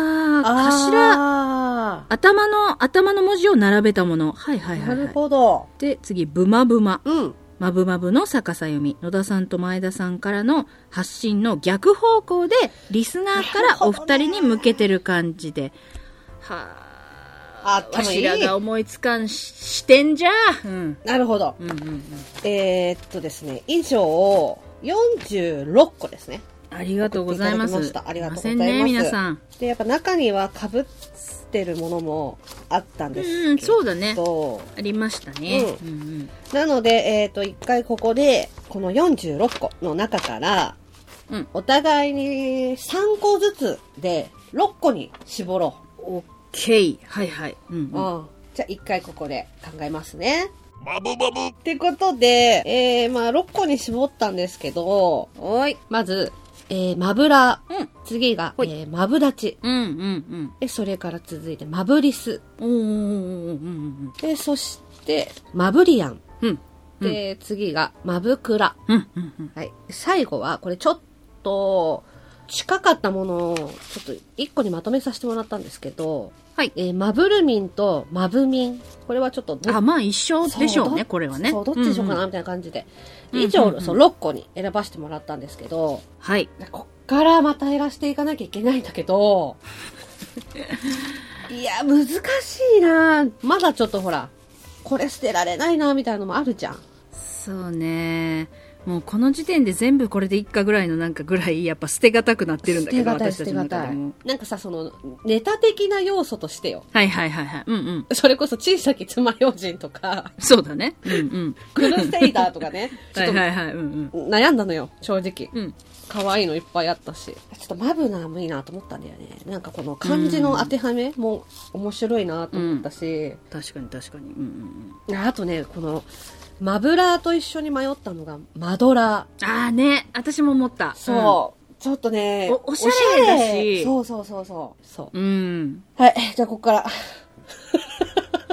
Speaker 1: あ
Speaker 2: 頭、頭の、頭の文字を並べたもの。はいは
Speaker 1: ー
Speaker 2: いは、
Speaker 1: ないる
Speaker 2: はい。
Speaker 1: ほど。
Speaker 2: で、次、ブマブマ。
Speaker 1: うん。
Speaker 2: マブマブの逆さ読み。野田さんと前田さんからの発信の逆方向で、リスナーからお二人に向けてる感じで。はあ。
Speaker 1: あ頭いい
Speaker 2: わしらが思いつかんししてんじゃ。うん。
Speaker 1: なるほど。
Speaker 2: うんうんうん。
Speaker 1: えーっとですね、以上、46個ですね。
Speaker 2: ありがとうございます。
Speaker 1: 送っていただきましたありがとうござい
Speaker 2: ま
Speaker 1: ます
Speaker 2: せんね、皆さん。
Speaker 1: で、やっぱ中には被ってるものもあったんですけど。
Speaker 2: うん、そうだね。
Speaker 1: そ
Speaker 2: ありましたね。
Speaker 1: う
Speaker 2: うんうん。
Speaker 1: うなので、えーっと、一回ここで、この46個の中から、
Speaker 2: うん
Speaker 1: お互いに3個ずつで6個に絞ろ
Speaker 2: オッケー。はいはい。うん
Speaker 1: う。う
Speaker 2: うん。
Speaker 1: ん。じゃあ一回ここで考えますね。
Speaker 3: マブマブ
Speaker 1: ってことで、えー、まあ6個に絞ったんですけど、
Speaker 2: おい。
Speaker 1: まず、えー、マブラ。
Speaker 2: うん
Speaker 1: 次が、え
Speaker 2: ほい
Speaker 1: ー、マブダチ。
Speaker 2: うんうん
Speaker 1: で、それから続いて、マブリス。
Speaker 2: うん。おーおーおーおーうんうん
Speaker 1: で、そして、マブリアン。
Speaker 2: うん。うん。
Speaker 1: で、次が、マブクラ。
Speaker 2: うんうんうん。
Speaker 1: はい。最後は、これちょっと、近かったものを、ちょっと一個にまとめさせてもらったんですけど、
Speaker 2: はい。
Speaker 1: えー、マブルミンとマブミン。これはちょっとどっ、
Speaker 2: あ、まあ一緒
Speaker 1: そう
Speaker 2: でしょう
Speaker 1: ど
Speaker 2: ね、これはね。
Speaker 1: そう、どっちでしょうか
Speaker 2: ん
Speaker 1: な、
Speaker 2: ん
Speaker 1: みたいな感じで。
Speaker 2: うん
Speaker 1: で
Speaker 2: うん
Speaker 1: 以上、
Speaker 2: うんうん
Speaker 1: そう、6個に選ばせてもらったんですけど、
Speaker 2: はい。
Speaker 1: でこっからまた減らしていかなきゃいけないんだけ ど、いや、難しいなまだちょっとほら、これ捨てられないなみたいなのもあるじゃん。
Speaker 2: そうね。もうこの時点で全部これで一家ぐらいのなんかぐらいやっぱ捨てがたくなってるん
Speaker 1: 捨
Speaker 2: だけ
Speaker 1: て
Speaker 2: ど、
Speaker 1: がたい、
Speaker 2: 私た
Speaker 1: 捨
Speaker 2: ち
Speaker 1: て
Speaker 2: の
Speaker 1: が
Speaker 2: 中
Speaker 1: た
Speaker 2: で
Speaker 1: い
Speaker 2: も。。
Speaker 1: なんかさ、その、ネタ的な要素としてよ。
Speaker 2: はいはいはいはい。うんうん。
Speaker 1: それこそ小さき爪楊枝とか、
Speaker 2: そうだね。うんうん。。
Speaker 1: クルセイダーとかねち
Speaker 2: は
Speaker 1: ょっ
Speaker 2: い
Speaker 1: と
Speaker 2: はいはい。うん
Speaker 1: 悩んだのよ、正直。
Speaker 2: うん。うん。
Speaker 1: 可愛いのいっぱいあったし。ちょっとマブナーもいいなと思ったんだよね。なんかこの漢字の当てはめも面白いなと思ったし。
Speaker 2: 確かに確かに。うんうんうん。
Speaker 1: あとね、この、マブラーと一緒に迷ったのが、マドラ
Speaker 2: ああね、私も思った。
Speaker 1: ー。そう。ちょっとね
Speaker 2: おおしゃれだし
Speaker 1: おそうそうそうそう。そう
Speaker 2: うん。うん。
Speaker 1: はい、じゃあここ から。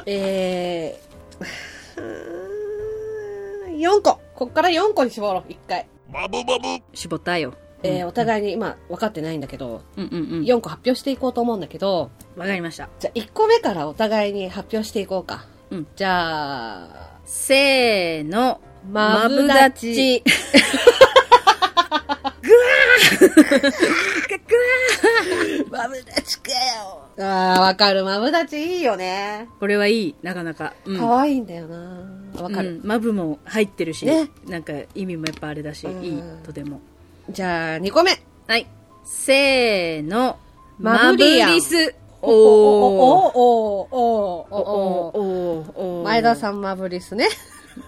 Speaker 1: えー、4個。ここから4個に絞ろう、1回。
Speaker 3: マブマブ
Speaker 2: 絞ったよ。
Speaker 1: えー、お互いに今分かってないんだけど、
Speaker 2: うんうんうん。
Speaker 1: 4個発表していこうと思うんだけど、
Speaker 2: わかりました。
Speaker 1: じゃあ1個目からお互いに発表していこうか。
Speaker 2: うん
Speaker 1: じゃあ、
Speaker 2: せーの。
Speaker 1: マブダチ。マブダチかよ。あー、わかる。マブダチいいよね。
Speaker 2: これはいい、なかなか。うん
Speaker 1: 可愛いんだよな。わかる。
Speaker 2: うんマブも入ってるし、
Speaker 1: ね
Speaker 2: なんか意味もやっぱあれだし、
Speaker 1: うん
Speaker 2: いいとても
Speaker 1: じゃあ、2個目。
Speaker 2: はいせーの
Speaker 1: マブリアン
Speaker 2: マブリス
Speaker 1: おおおおお
Speaker 2: おお
Speaker 1: おお
Speaker 2: おお
Speaker 1: 前田さんマブリスね。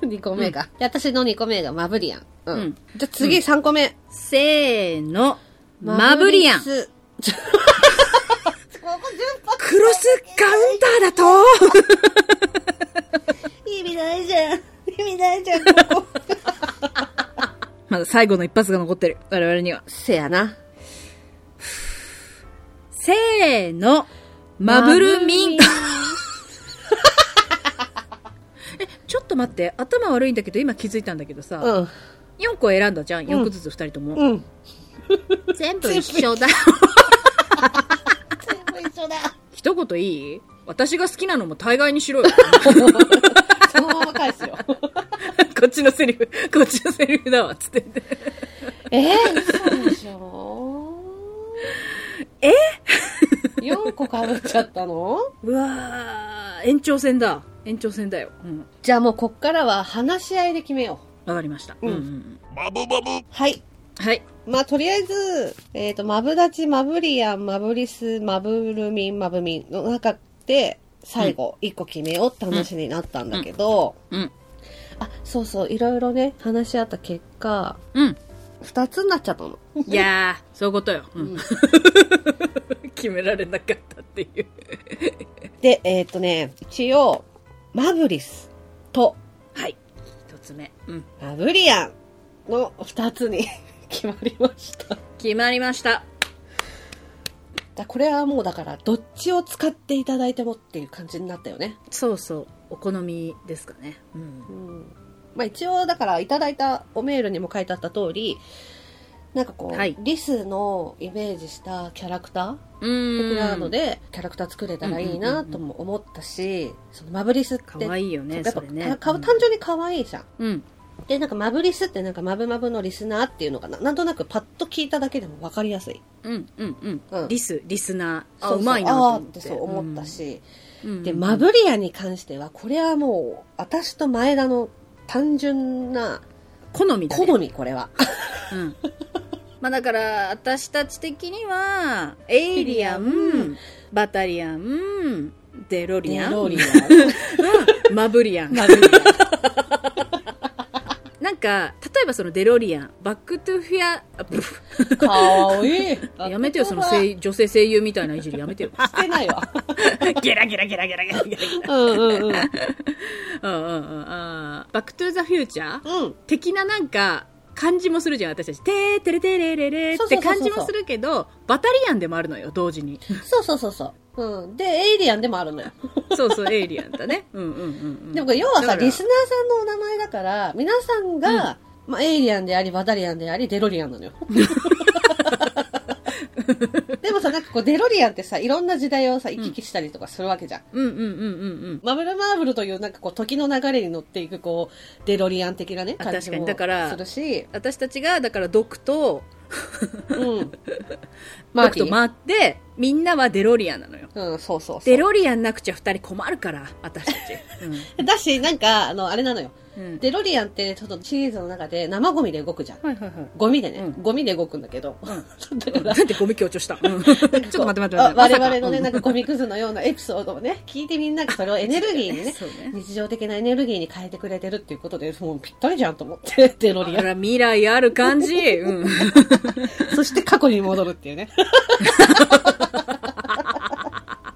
Speaker 1: 2個目が。で私の2個目がマブリアン。う
Speaker 2: うん
Speaker 1: ん。じゃあ次3個目。
Speaker 2: せーの、マブリアン。
Speaker 1: マ ブリスここ順番
Speaker 2: クロスカウンターだと
Speaker 1: 意味ないじゃん。意味ない じゃん、ここ。
Speaker 2: まだ最後の一発が残ってる。我々には。
Speaker 1: せやな。
Speaker 2: せーの、マブル
Speaker 1: マブルミ
Speaker 2: ミン
Speaker 1: ン
Speaker 2: カ。え、ちょっと待って。頭悪いんだけど、今気づいたんだけどさ、
Speaker 1: うん。
Speaker 2: 四4個選んだじゃん。4個ずつ2人とも。
Speaker 1: うん。
Speaker 2: 全部一緒だ。
Speaker 1: 全部一緒だ。
Speaker 2: 一言いい私が好きなのも大概にしろよ。
Speaker 1: そのまま返すよ。
Speaker 2: こっちのセリフ、こっちのセリフだわ、つって。
Speaker 1: えー、嘘でしょ
Speaker 2: え
Speaker 1: ?4 個かぶっちゃったの
Speaker 2: うわー、延長戦だ。延長戦だよ。うん。
Speaker 1: じゃあもうこっからは話し合いで決めよ
Speaker 2: わかりました。
Speaker 1: うん
Speaker 2: ん。
Speaker 1: う。はい。
Speaker 2: はい。
Speaker 1: まあ、とりあえず、えっ、と、マブダチ、マブリアン、マブリス、マブルミン、マブミンの中で、最後、一個決めようって話になったんだけど、
Speaker 2: うん。
Speaker 1: あ、そうそう、いろいろね、話し合った結果、
Speaker 2: うん。
Speaker 1: 二つになっちゃったの。
Speaker 2: いやー、そういうことよ。うん 決められなかったっていう。
Speaker 1: で、えっ、とね、一応、マブリスと
Speaker 2: はい。一つ目。うん。
Speaker 1: マブリアンの二つに 決まりました。
Speaker 2: 決まりました。
Speaker 1: だこれはもうだから、どっちを使っていただいてもっていう感じになったよね。
Speaker 2: そうそう。お好みですかね。うん。
Speaker 1: うんまあ、一応だからいただいたおメールにも書いてあった通りなんかこう、
Speaker 2: はい
Speaker 1: リスのイメージしたキャラクタ
Speaker 2: う
Speaker 1: ー
Speaker 2: ー
Speaker 1: 的
Speaker 2: ん。
Speaker 1: なので、キャラクター作れたらいいなとも思ったし、そのマブリスって
Speaker 2: かわいいよね、
Speaker 1: やっ
Speaker 2: そ
Speaker 1: ぱ
Speaker 2: れね。
Speaker 1: かか
Speaker 2: うん
Speaker 1: 単純に可愛いじゃん、
Speaker 2: うん。
Speaker 1: でなんかマブリスってなんかマブマブのリスナーっていうのかななんとなくパッと聞いただけでも分かりやすい
Speaker 2: うん、うん、う。
Speaker 1: うんん
Speaker 2: リス、リスナー。あ、
Speaker 1: そうそ
Speaker 2: まいなと
Speaker 1: あー
Speaker 2: 思っ
Speaker 1: って
Speaker 2: て。
Speaker 1: そう思ったし、
Speaker 2: うん。うん
Speaker 1: でマブリアに関してはこれはもう私と前田の単純な
Speaker 2: 好みだね。
Speaker 1: 好みこれは
Speaker 2: うん。まあだから、私たち的には、エイリア
Speaker 1: エイリア
Speaker 2: ン、バタリアン、デロリアン、
Speaker 1: ロリアン
Speaker 2: うんマブリアン。
Speaker 1: マブリ
Speaker 2: なんか、例えばそのデロリアン、バックトゥフィア、あブフ
Speaker 1: アン。かわいい。
Speaker 2: やめてよ、その声優女性声優みたいないじりやめてよ。
Speaker 1: 捨てないわ。
Speaker 2: ゲラゲラゲラゲラゲラゲラ。
Speaker 1: うんうんうん。
Speaker 2: うんうんうんあー。バックトゥザフューチャー
Speaker 1: うん。
Speaker 2: 的ななんか、感じもするじゃん、私たち。てーてれてれれれーって感じもするけど、バタリアンでもあるのよ、同時に。
Speaker 1: そうそうそうそう。うん。で、エイリアンでもあるのよ。
Speaker 2: そうそう、エイリアンだね。うんうんうん、うん。
Speaker 1: でも、要はさ、
Speaker 2: だから
Speaker 1: リスナーさんのお名前だから、皆さんが、まあ、エイリアンであり、バタリアンであり、デロリアンなの よ。でもさ、なんかこう、デロリアンってさ、いろんな時代をさ、行き来したりとかするわけじゃん。
Speaker 2: うんうんうんうんうん。
Speaker 1: マブルマーブルという、なんかこう、時の流れに乗っていく、こう、デロリアン的なね、
Speaker 2: あ
Speaker 1: 感じ
Speaker 2: 確かに
Speaker 1: も
Speaker 2: だから
Speaker 1: するし、
Speaker 2: 私たちが、だから、毒と、
Speaker 1: うん。
Speaker 2: 毒と回って、みんなはデロリアンなのよ。
Speaker 1: うん、そうそうそう。
Speaker 2: デロリアンなくちゃ二人困るから、私 たち。
Speaker 1: だし、なんか、あの、あれなのよ。
Speaker 2: うん。うん、
Speaker 1: デロリアンって、ちょっとシリーズの中で生ゴミで動くじゃん。
Speaker 2: はいは いはい。
Speaker 1: ゴミでね、
Speaker 2: う
Speaker 1: ゴミで動くんだけど。 だか
Speaker 2: な
Speaker 1: ら、
Speaker 2: んでゴミ強調した、 うん、ちょっと待って待って待って。
Speaker 1: あ
Speaker 2: まさ
Speaker 1: 我
Speaker 2: か
Speaker 1: 々のね、
Speaker 2: うん
Speaker 1: なんかゴミくずのようなエピソードをね、聞いてみんながそれをエネルギーにね
Speaker 2: そうね、
Speaker 1: 日常的なエネルギーに変えてくれてるっていうことで、もうぴったりじゃんと思 って、デロリ
Speaker 2: あ
Speaker 1: アン。
Speaker 2: ら、未来ある感じ。 うん。
Speaker 1: そして過去に戻るっていうね。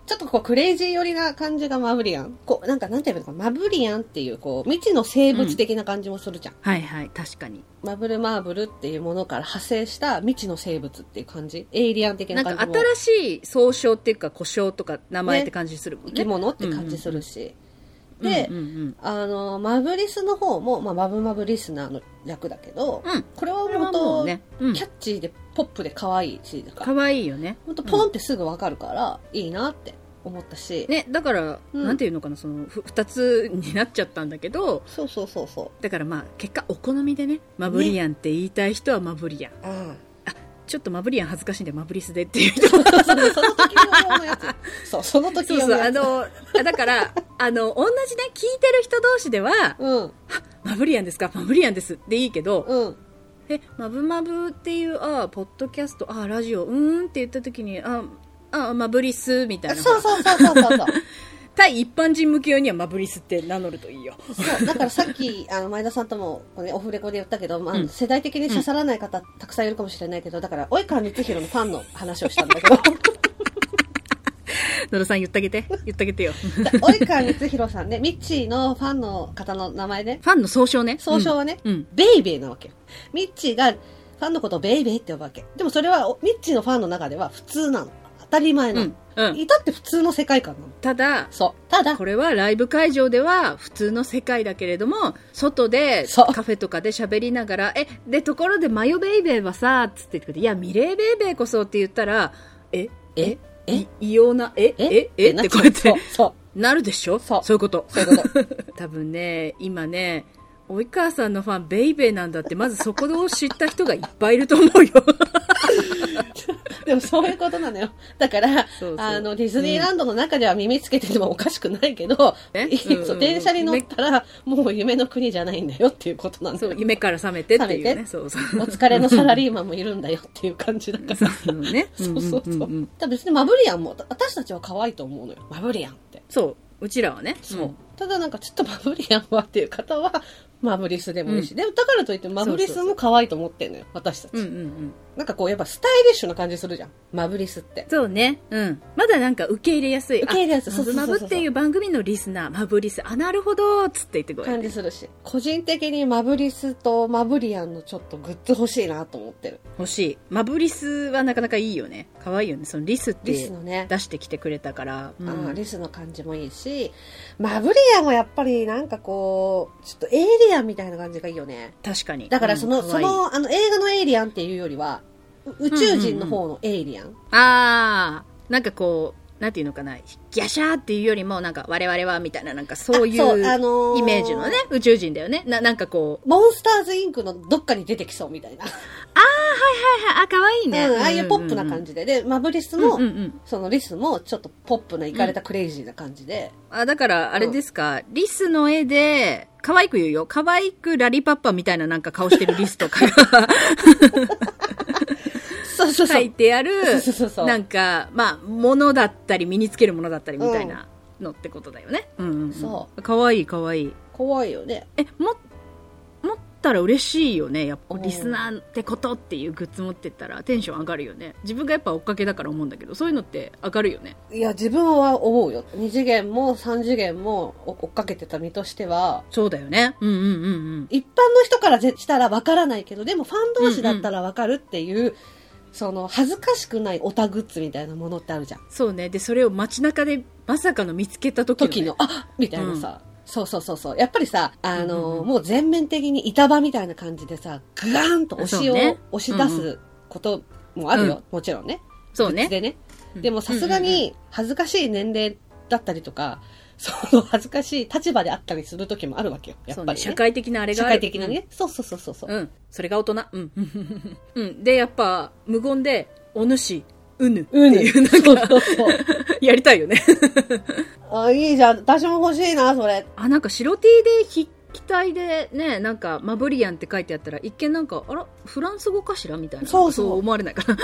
Speaker 1: ちょっとこうクレイジー寄りな感じがマブリアン。こう、なんかなんて言えばいいのかな、マブリアンっていう、こう、未知の生物的な感じもするじゃん
Speaker 2: はいはい、確かに。
Speaker 1: マブルマーブルっていうものから派生した未知の生物っていう感じエイリアン的
Speaker 2: な
Speaker 1: なん感
Speaker 2: か
Speaker 1: じも
Speaker 2: 新しい総称っていうか、故障とか名前って感じするもんね。
Speaker 1: 生き物って感じするし、
Speaker 2: うんうん
Speaker 1: で、
Speaker 2: うんうん
Speaker 1: あのマブリスの方も、まあ、マブマブリスナーの略だけど、
Speaker 2: うん
Speaker 1: これは
Speaker 2: これは
Speaker 1: 本
Speaker 2: も
Speaker 1: 当、
Speaker 2: うねうん
Speaker 1: キャッチーでポップで可愛いしと
Speaker 2: 可
Speaker 1: か
Speaker 2: 愛いよね。
Speaker 1: 本当ポンってすぐわかるから、いいなって思ったし、
Speaker 2: ね、だから、
Speaker 1: うん
Speaker 2: なんていうのかな、その、ふ二つになっちゃったんだけど、
Speaker 1: そうそうそうそう
Speaker 2: だからまあ、結果お好みでね、マブリアンって言いたい人はマブリアン。
Speaker 1: あ
Speaker 2: ちょっとマブリアン恥ずかしいんでマブリスでっていう人も。
Speaker 1: あそのその時用のや つそうその時
Speaker 2: そう
Speaker 1: 用
Speaker 2: そ
Speaker 1: の
Speaker 2: う、あ
Speaker 1: やつ
Speaker 2: の、あだから、あの、同じね、聞いてる人同士では、
Speaker 1: うん
Speaker 2: マブリアンですかマブリアンですでいいけど、
Speaker 1: うん
Speaker 2: え、マブマブっていう、あポッドキャスト、あラジオ、うーんって言った時に、ああ、マブリスみたいな。
Speaker 1: そうそうそうそうそうそう。
Speaker 2: 対一般人向けにはマブリスって名乗るといいよ。
Speaker 1: そうだからさっきあの前田さんとも、ね、オフレコで言ったけど、まあ、世代的に刺さらない方、たくさんいるかもしれないけどだから及川光弘のファンの話をしたんだけ ど
Speaker 2: 野田さん言ってあげて。言ってあげてよ。フ
Speaker 1: 及川光弘さんねミッチーのファンの方の名前ね
Speaker 2: ァンの総称ね。
Speaker 1: 総称はね、
Speaker 2: うんうん
Speaker 1: ベイベーなわけよミッチーがファンのことをベイベーって呼ぶわけでもそれはおミッチーのファンの中では普通なの当たり前なの、
Speaker 2: うんうん
Speaker 1: 至って普通の世界観なの
Speaker 2: ただ、
Speaker 1: そうただ
Speaker 2: これはライブ会場では普通の世界だけれども、外で
Speaker 1: そう
Speaker 2: カフェとかで喋りながら、え、で、ところでマヨベイベーはさ、つって言ってくれて、いや、ミレーベイベーこそって言ったら、え、
Speaker 1: ええ
Speaker 2: い異様な、え、え、え
Speaker 1: え
Speaker 2: ってこうやっ
Speaker 1: そ
Speaker 2: て
Speaker 1: う、そう
Speaker 2: なるでしょ
Speaker 1: そう
Speaker 2: そういうこと。
Speaker 1: そういうこと
Speaker 2: 多分ね、今ね、及川さんのファン、ベイベーなんだって、まずそこを知った人がいっぱいいると思うよ。
Speaker 1: でもそういうことなのよ。だから、
Speaker 2: そうそう
Speaker 1: あの、ディズニーランドの中では耳つけててもおかしくないけど、
Speaker 2: ね
Speaker 1: そう電車に乗ったら、もう夢の国じゃないんだよっていうことなんだ
Speaker 2: そう
Speaker 1: よ、。
Speaker 2: 夢から覚めてっていう
Speaker 1: 覚め
Speaker 2: ね。
Speaker 1: て
Speaker 2: そうそ
Speaker 1: お
Speaker 2: う。
Speaker 1: 疲れのサラリーマンもいるんだよっていう感じだから。
Speaker 2: そうね。
Speaker 1: そうそうそう。
Speaker 2: ん
Speaker 1: だ
Speaker 2: んんん
Speaker 1: から別にマブリアンも、私たちは可愛いと思うのよ。マブリアンって。
Speaker 2: そう。うちらはね。もう。
Speaker 1: ただなんかちょっとマブリアンはっていう方は、マブリスでもいいし、でもだからといってマブリスも可愛いと思ってんのよ、私たち。
Speaker 2: うんうんうん。
Speaker 1: なんかこうやっぱスタイリッシュな感じするじゃん。マブリスって。
Speaker 2: そうね。うん。まだなんか受け入れやすい。
Speaker 1: 受け入れやすい
Speaker 2: あ
Speaker 1: そうそうそうそう
Speaker 2: マブマブっていう番組のリスナー、マブリス。あ、なるほどーっつって言ってこい。
Speaker 1: 感じするし個人的にマブリスとマブリアンのちょっとグッズ欲しいなと思ってる
Speaker 2: 欲しい。マブリスはなかなかいいよね。可愛いよね。そのリスっ
Speaker 1: リ
Speaker 2: て
Speaker 1: スのね、
Speaker 2: 出してきてくれたから。う
Speaker 1: あー
Speaker 2: ん
Speaker 1: リスの感じもいいしマブリアンはやっぱりなんかこうちょっとエイリアンみたいな感じがいいよね
Speaker 2: 確かに。
Speaker 1: だからその,、
Speaker 2: うん可
Speaker 1: そ
Speaker 2: 愛い
Speaker 1: のあの映画のエイリアンっていうよりはう宇宙人の方のエイリアン、
Speaker 2: あー、なんかこう、なんていうのかな、ギャシャーっていうよりも、なんか我々はみたいな、なんかそうい
Speaker 1: あそうあ
Speaker 2: う
Speaker 1: のー
Speaker 2: イメージのね、宇宙人だよね。な、なんかこう、
Speaker 1: モンスターズインクのどっかに出てきそうみたいな、
Speaker 2: はいはい、あ、可愛いね。
Speaker 1: うんああいうポップな感
Speaker 2: じ
Speaker 1: じででマブリスも、
Speaker 2: の。うんうんうん
Speaker 1: そのリスもちょっとポップないかれたクレイジーな感じで、
Speaker 2: あ、だから、あれですか、リスの絵で、可愛く言うよ。可愛くラリパッパみたいななんか顔してるリス とかが
Speaker 1: そうそうそ
Speaker 2: 書
Speaker 1: う、
Speaker 2: いてある
Speaker 1: そうそうそ、う
Speaker 2: なんか、まあ、ものだったり、身につけるものだったりみたいなのってことだよね。うんうん、うん。。
Speaker 1: そう
Speaker 2: 可愛い可愛い。
Speaker 1: 怖いよね
Speaker 2: え、も、持ったら嬉しいよね。やっぱ、
Speaker 1: うん
Speaker 2: リスナーってことっていうグッズ持ってったらテンション上がるよね。自分がやっぱ追っかけだから思うんだけど、そういうのって上がるよね。
Speaker 1: いや、自分は思うよ。二次元も三次元も追っかけてた身としては、
Speaker 2: そうだよね。うんうんうんうん。
Speaker 1: 一般の人からぜしたらわからないけど、でもファン同士だったらわかるっていう、その、恥ずかしくないオタグッズみたいなものってあるじゃん。
Speaker 2: そうね。で、それを街中でまさかの見つけた時の
Speaker 1: 時の、
Speaker 2: ね、
Speaker 1: あみたいなさ。そうそうそうそう。やっぱりさ、あのーもう全面的に板場みたいな感じでさ、グワーンと押しを、
Speaker 2: そうね
Speaker 1: 押し出
Speaker 2: うん
Speaker 1: すこともあるよ。
Speaker 2: うん
Speaker 1: もちろんね。
Speaker 2: そう
Speaker 1: グッズ
Speaker 2: ね。
Speaker 1: でね。
Speaker 2: うん
Speaker 1: でもさすがに恥ずかしい年齢だったりとか、 その恥ずかしい立場であったりする時もあるわけよ。やっ
Speaker 2: そ
Speaker 1: ぱ
Speaker 2: う
Speaker 1: り、ね
Speaker 2: ね。社会的なあれ
Speaker 1: 社
Speaker 2: がある。
Speaker 1: 会的なね。そうそうそうそうそうう。
Speaker 2: ん。うん。それが大人。うん。 うん。で、やっぱ、無言で、お主、うぬ。って
Speaker 1: うん。
Speaker 2: いう、なんか、
Speaker 1: そうそうそう。
Speaker 2: やりたいよね。
Speaker 1: あ、いいじゃん。私も欲しいな、それ。
Speaker 2: あ、なんか白 T で筆記体でね、なんか、マブリアンって書いてあったら、一見なんか、あら、フランス語かしらみたいな。
Speaker 1: そうそう
Speaker 2: 思われないかな。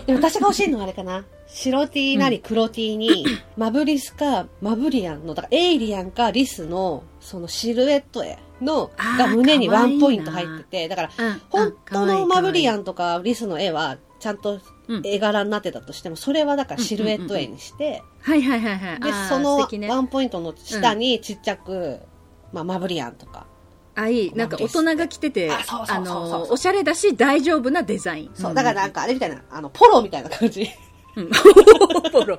Speaker 1: でも私が欲しいのはあれかな。白 T なり黒 T に、マブリスかマブリアンの、だからエイリアンかリスの、そのシルエット絵の、
Speaker 2: あー
Speaker 1: が胸にワンポイント
Speaker 2: かわい
Speaker 1: 入
Speaker 2: いな
Speaker 1: ってて、だから、
Speaker 2: うん
Speaker 1: 本当のマブリア
Speaker 2: ン。
Speaker 1: ンとかリスの絵は、ちゃんと
Speaker 2: うん
Speaker 1: 絵柄になってたとしても、それはだからシルエット絵にして、
Speaker 2: はいはいはいはい。
Speaker 1: で
Speaker 2: あー、
Speaker 1: その
Speaker 2: 素敵ね
Speaker 1: ワンポイントの下にちっちゃく、まあ、マブリアンとか。
Speaker 2: あ、いい。なんか大人が着てて、
Speaker 1: あそうそうそうそう
Speaker 2: の、おしゃれだし、大丈夫なデザイン。
Speaker 1: そう、だからなんかあれみたいな、あの、ポロみたいな感じ。
Speaker 2: うん、 ポロ。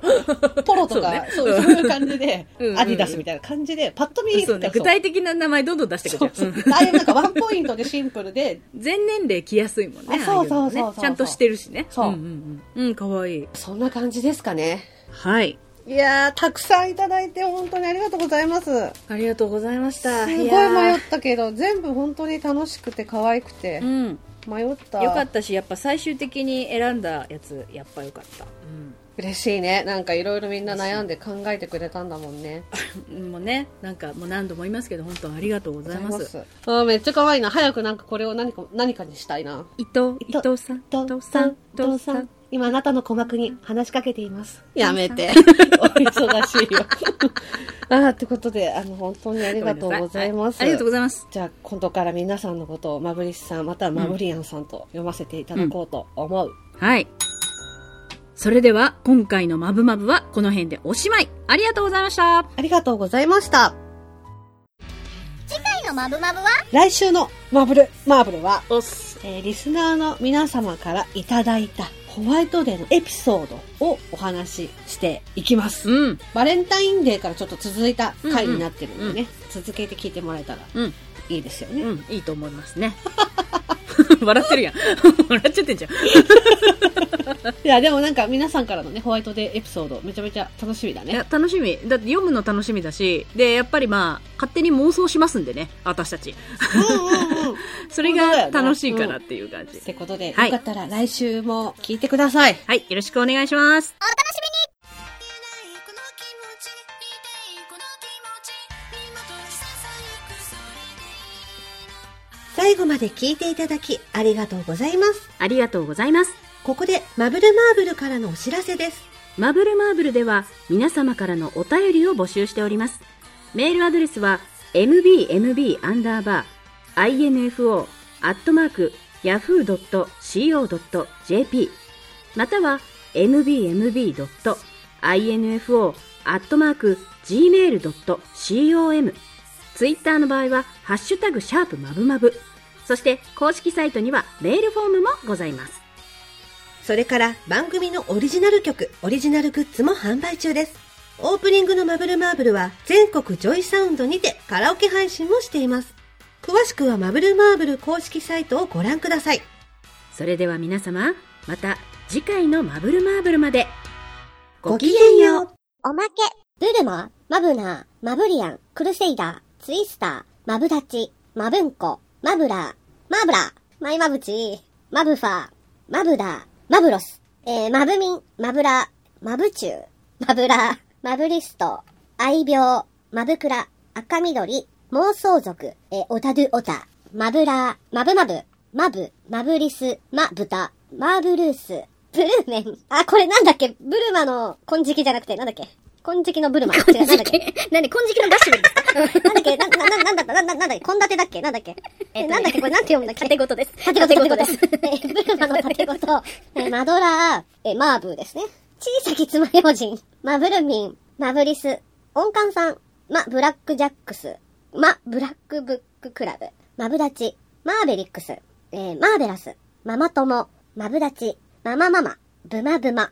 Speaker 1: ポロと
Speaker 2: そう
Speaker 1: か
Speaker 2: ね、
Speaker 1: そうそういう感じで
Speaker 2: うんうんう、ん
Speaker 1: アディダスみたいな感じで、パッと見、
Speaker 2: そうね、具体的な名前どんどん出してく
Speaker 1: そ
Speaker 2: れ
Speaker 1: う
Speaker 2: るじ
Speaker 1: そ
Speaker 2: ゃん
Speaker 1: う。ああいうなんかワンポイントでシンプルで、
Speaker 2: 全年齢着やすいもんね。
Speaker 1: あそうそう
Speaker 2: ああ
Speaker 1: そうそう
Speaker 2: いの
Speaker 1: そう
Speaker 2: ね。ちゃんとしてるしね。
Speaker 1: そうん
Speaker 2: んうん。うん、かわいい。
Speaker 1: そんな感じですかね。
Speaker 2: はい。
Speaker 1: いやー、たくさんいただいて本当にありがとうございます。す
Speaker 2: ありがとうございました。
Speaker 1: ごい
Speaker 2: やー
Speaker 1: 迷ったけど、全部本当に楽しくて可愛くて
Speaker 2: う、ん。
Speaker 1: 迷った。
Speaker 2: よかったし、やっぱ最終的に選んだやつ、やっぱよかった。
Speaker 1: 嬉しいね。なんかいろいろみんな悩んで考えてくれたんだもんね。
Speaker 2: うん。もうね、なんかもう何度も言いますけど、本当ありがとうございます。
Speaker 1: あーめっちゃ可愛いな。早くなんかこれを何か、何かにしたいな。
Speaker 2: 伊藤、
Speaker 1: 伊藤
Speaker 2: 伊藤さん、
Speaker 1: 伊藤さん
Speaker 2: 伊藤さん、
Speaker 3: 今あなたの鼓膜に話しかけています。
Speaker 1: やめて。 お忙し いよ。ああ、ってことで、あの、本当にありがとうございます。
Speaker 2: ありがとうございます。
Speaker 1: じゃあ、今度から皆さんのことをマブリスさん、またはマブリアンさんと読ませていただこうと思う。
Speaker 2: はい。それでは、今回のマブマブはこの辺でおしまい。ありがとうございました。
Speaker 1: ありがとうございました。
Speaker 4: 次回の「まぶまぶ」は
Speaker 1: 来週のマブル、マーブルは、
Speaker 2: おっす。
Speaker 1: えーリスナーの皆様からいただいたホワイトデーのエピソードをお話ししていきます。
Speaker 2: うん。
Speaker 1: バレンタインデーからちょっと続いた回になってるんでね、続けて聞いてもらえたら
Speaker 2: うん。
Speaker 1: いいですよね。
Speaker 2: うん。いいと思いますね。笑ってるやん。 笑っちゃってんじゃん。
Speaker 1: いや、でもなんか皆さんからのね、ホワイトデーエピソード、めちゃめちゃ楽しみだ
Speaker 2: いや
Speaker 1: ね。
Speaker 2: 楽しみ。だって読むの楽しみだし、で、やっぱりまあ、勝手に妄想しますんでね、私たち。
Speaker 1: うんうんうん。っ
Speaker 2: それ
Speaker 1: 本当だよ
Speaker 2: が
Speaker 1: ね
Speaker 2: 楽しいかなっていう感じ。
Speaker 1: てことで、
Speaker 2: はい
Speaker 1: よかったら来週も聞いてください。
Speaker 2: はい、よろしくお願いします。
Speaker 4: 「この気持ち」「見ていいこの気持ち」「見事にささゆくそれ
Speaker 3: 最
Speaker 4: でいい」
Speaker 3: 後まで聞いていただきありがとうございます。
Speaker 2: ありがとうございます。
Speaker 3: ここでマブルマーブルからのお知らせです。
Speaker 2: マブルマーブルでは皆様からのお便りを募集しております。メールアドレスは mbmb-info-yahoo.co.jp または mbmb.info-gmail.com ツイッターの場合はハッシュタグシャープマブマブそして公式サイトにはメールフォームもございます。
Speaker 3: それから番組のオリジナル曲、オリジナルグッズも販売中です。オープニングのマブルマーブルは全国ジョイサウンドにてカラオケ配信もしています。詳しくはマブルマーブル公式サイトをご覧ください。
Speaker 2: それでは皆様、また次回のマブルマーブルまで。
Speaker 3: ごきげんよう。
Speaker 5: おまけ、ルルマ、マブナー、マブリアン、クルセイダー、ツイスター、マブダチ、マブンコ、マブラー、マブラー、マイマブチ、マブファー、マブダー、マブロス、えー、マブミン、マブラー、マブチュー、マブラー、マブリスト、愛病、マブクラ、赤緑、妄想族、えー、オタドゥオタ、マブラー、マブマブ、マブ、マブリス、マブタ、マーブルース、ブルーメン。あ、これなんだっけブルマの金色じゃなくて、なんだっけ金色のブルマ。違う、なんだっけ
Speaker 4: なんで金色のダッシュですか
Speaker 5: なんだっけな、な、ななんだったな、な、なんだっけ献立だっけなんだっけえ、なんだっけこれなんて読むんだっけ
Speaker 4: 縦ごとです。
Speaker 5: 縦ごと、縦ごとです。えブルマの縦ごと、えマドラー、え、マーブーですね。小さきつまようじん、マブルミン、マブリス、音感さん、マ、ブラックジャックス、マ、ブラックブッククラブ、マブダチ、マーベリックス、えーマーベラス、ママ友、マブダチ、ママママ、ブマブマ、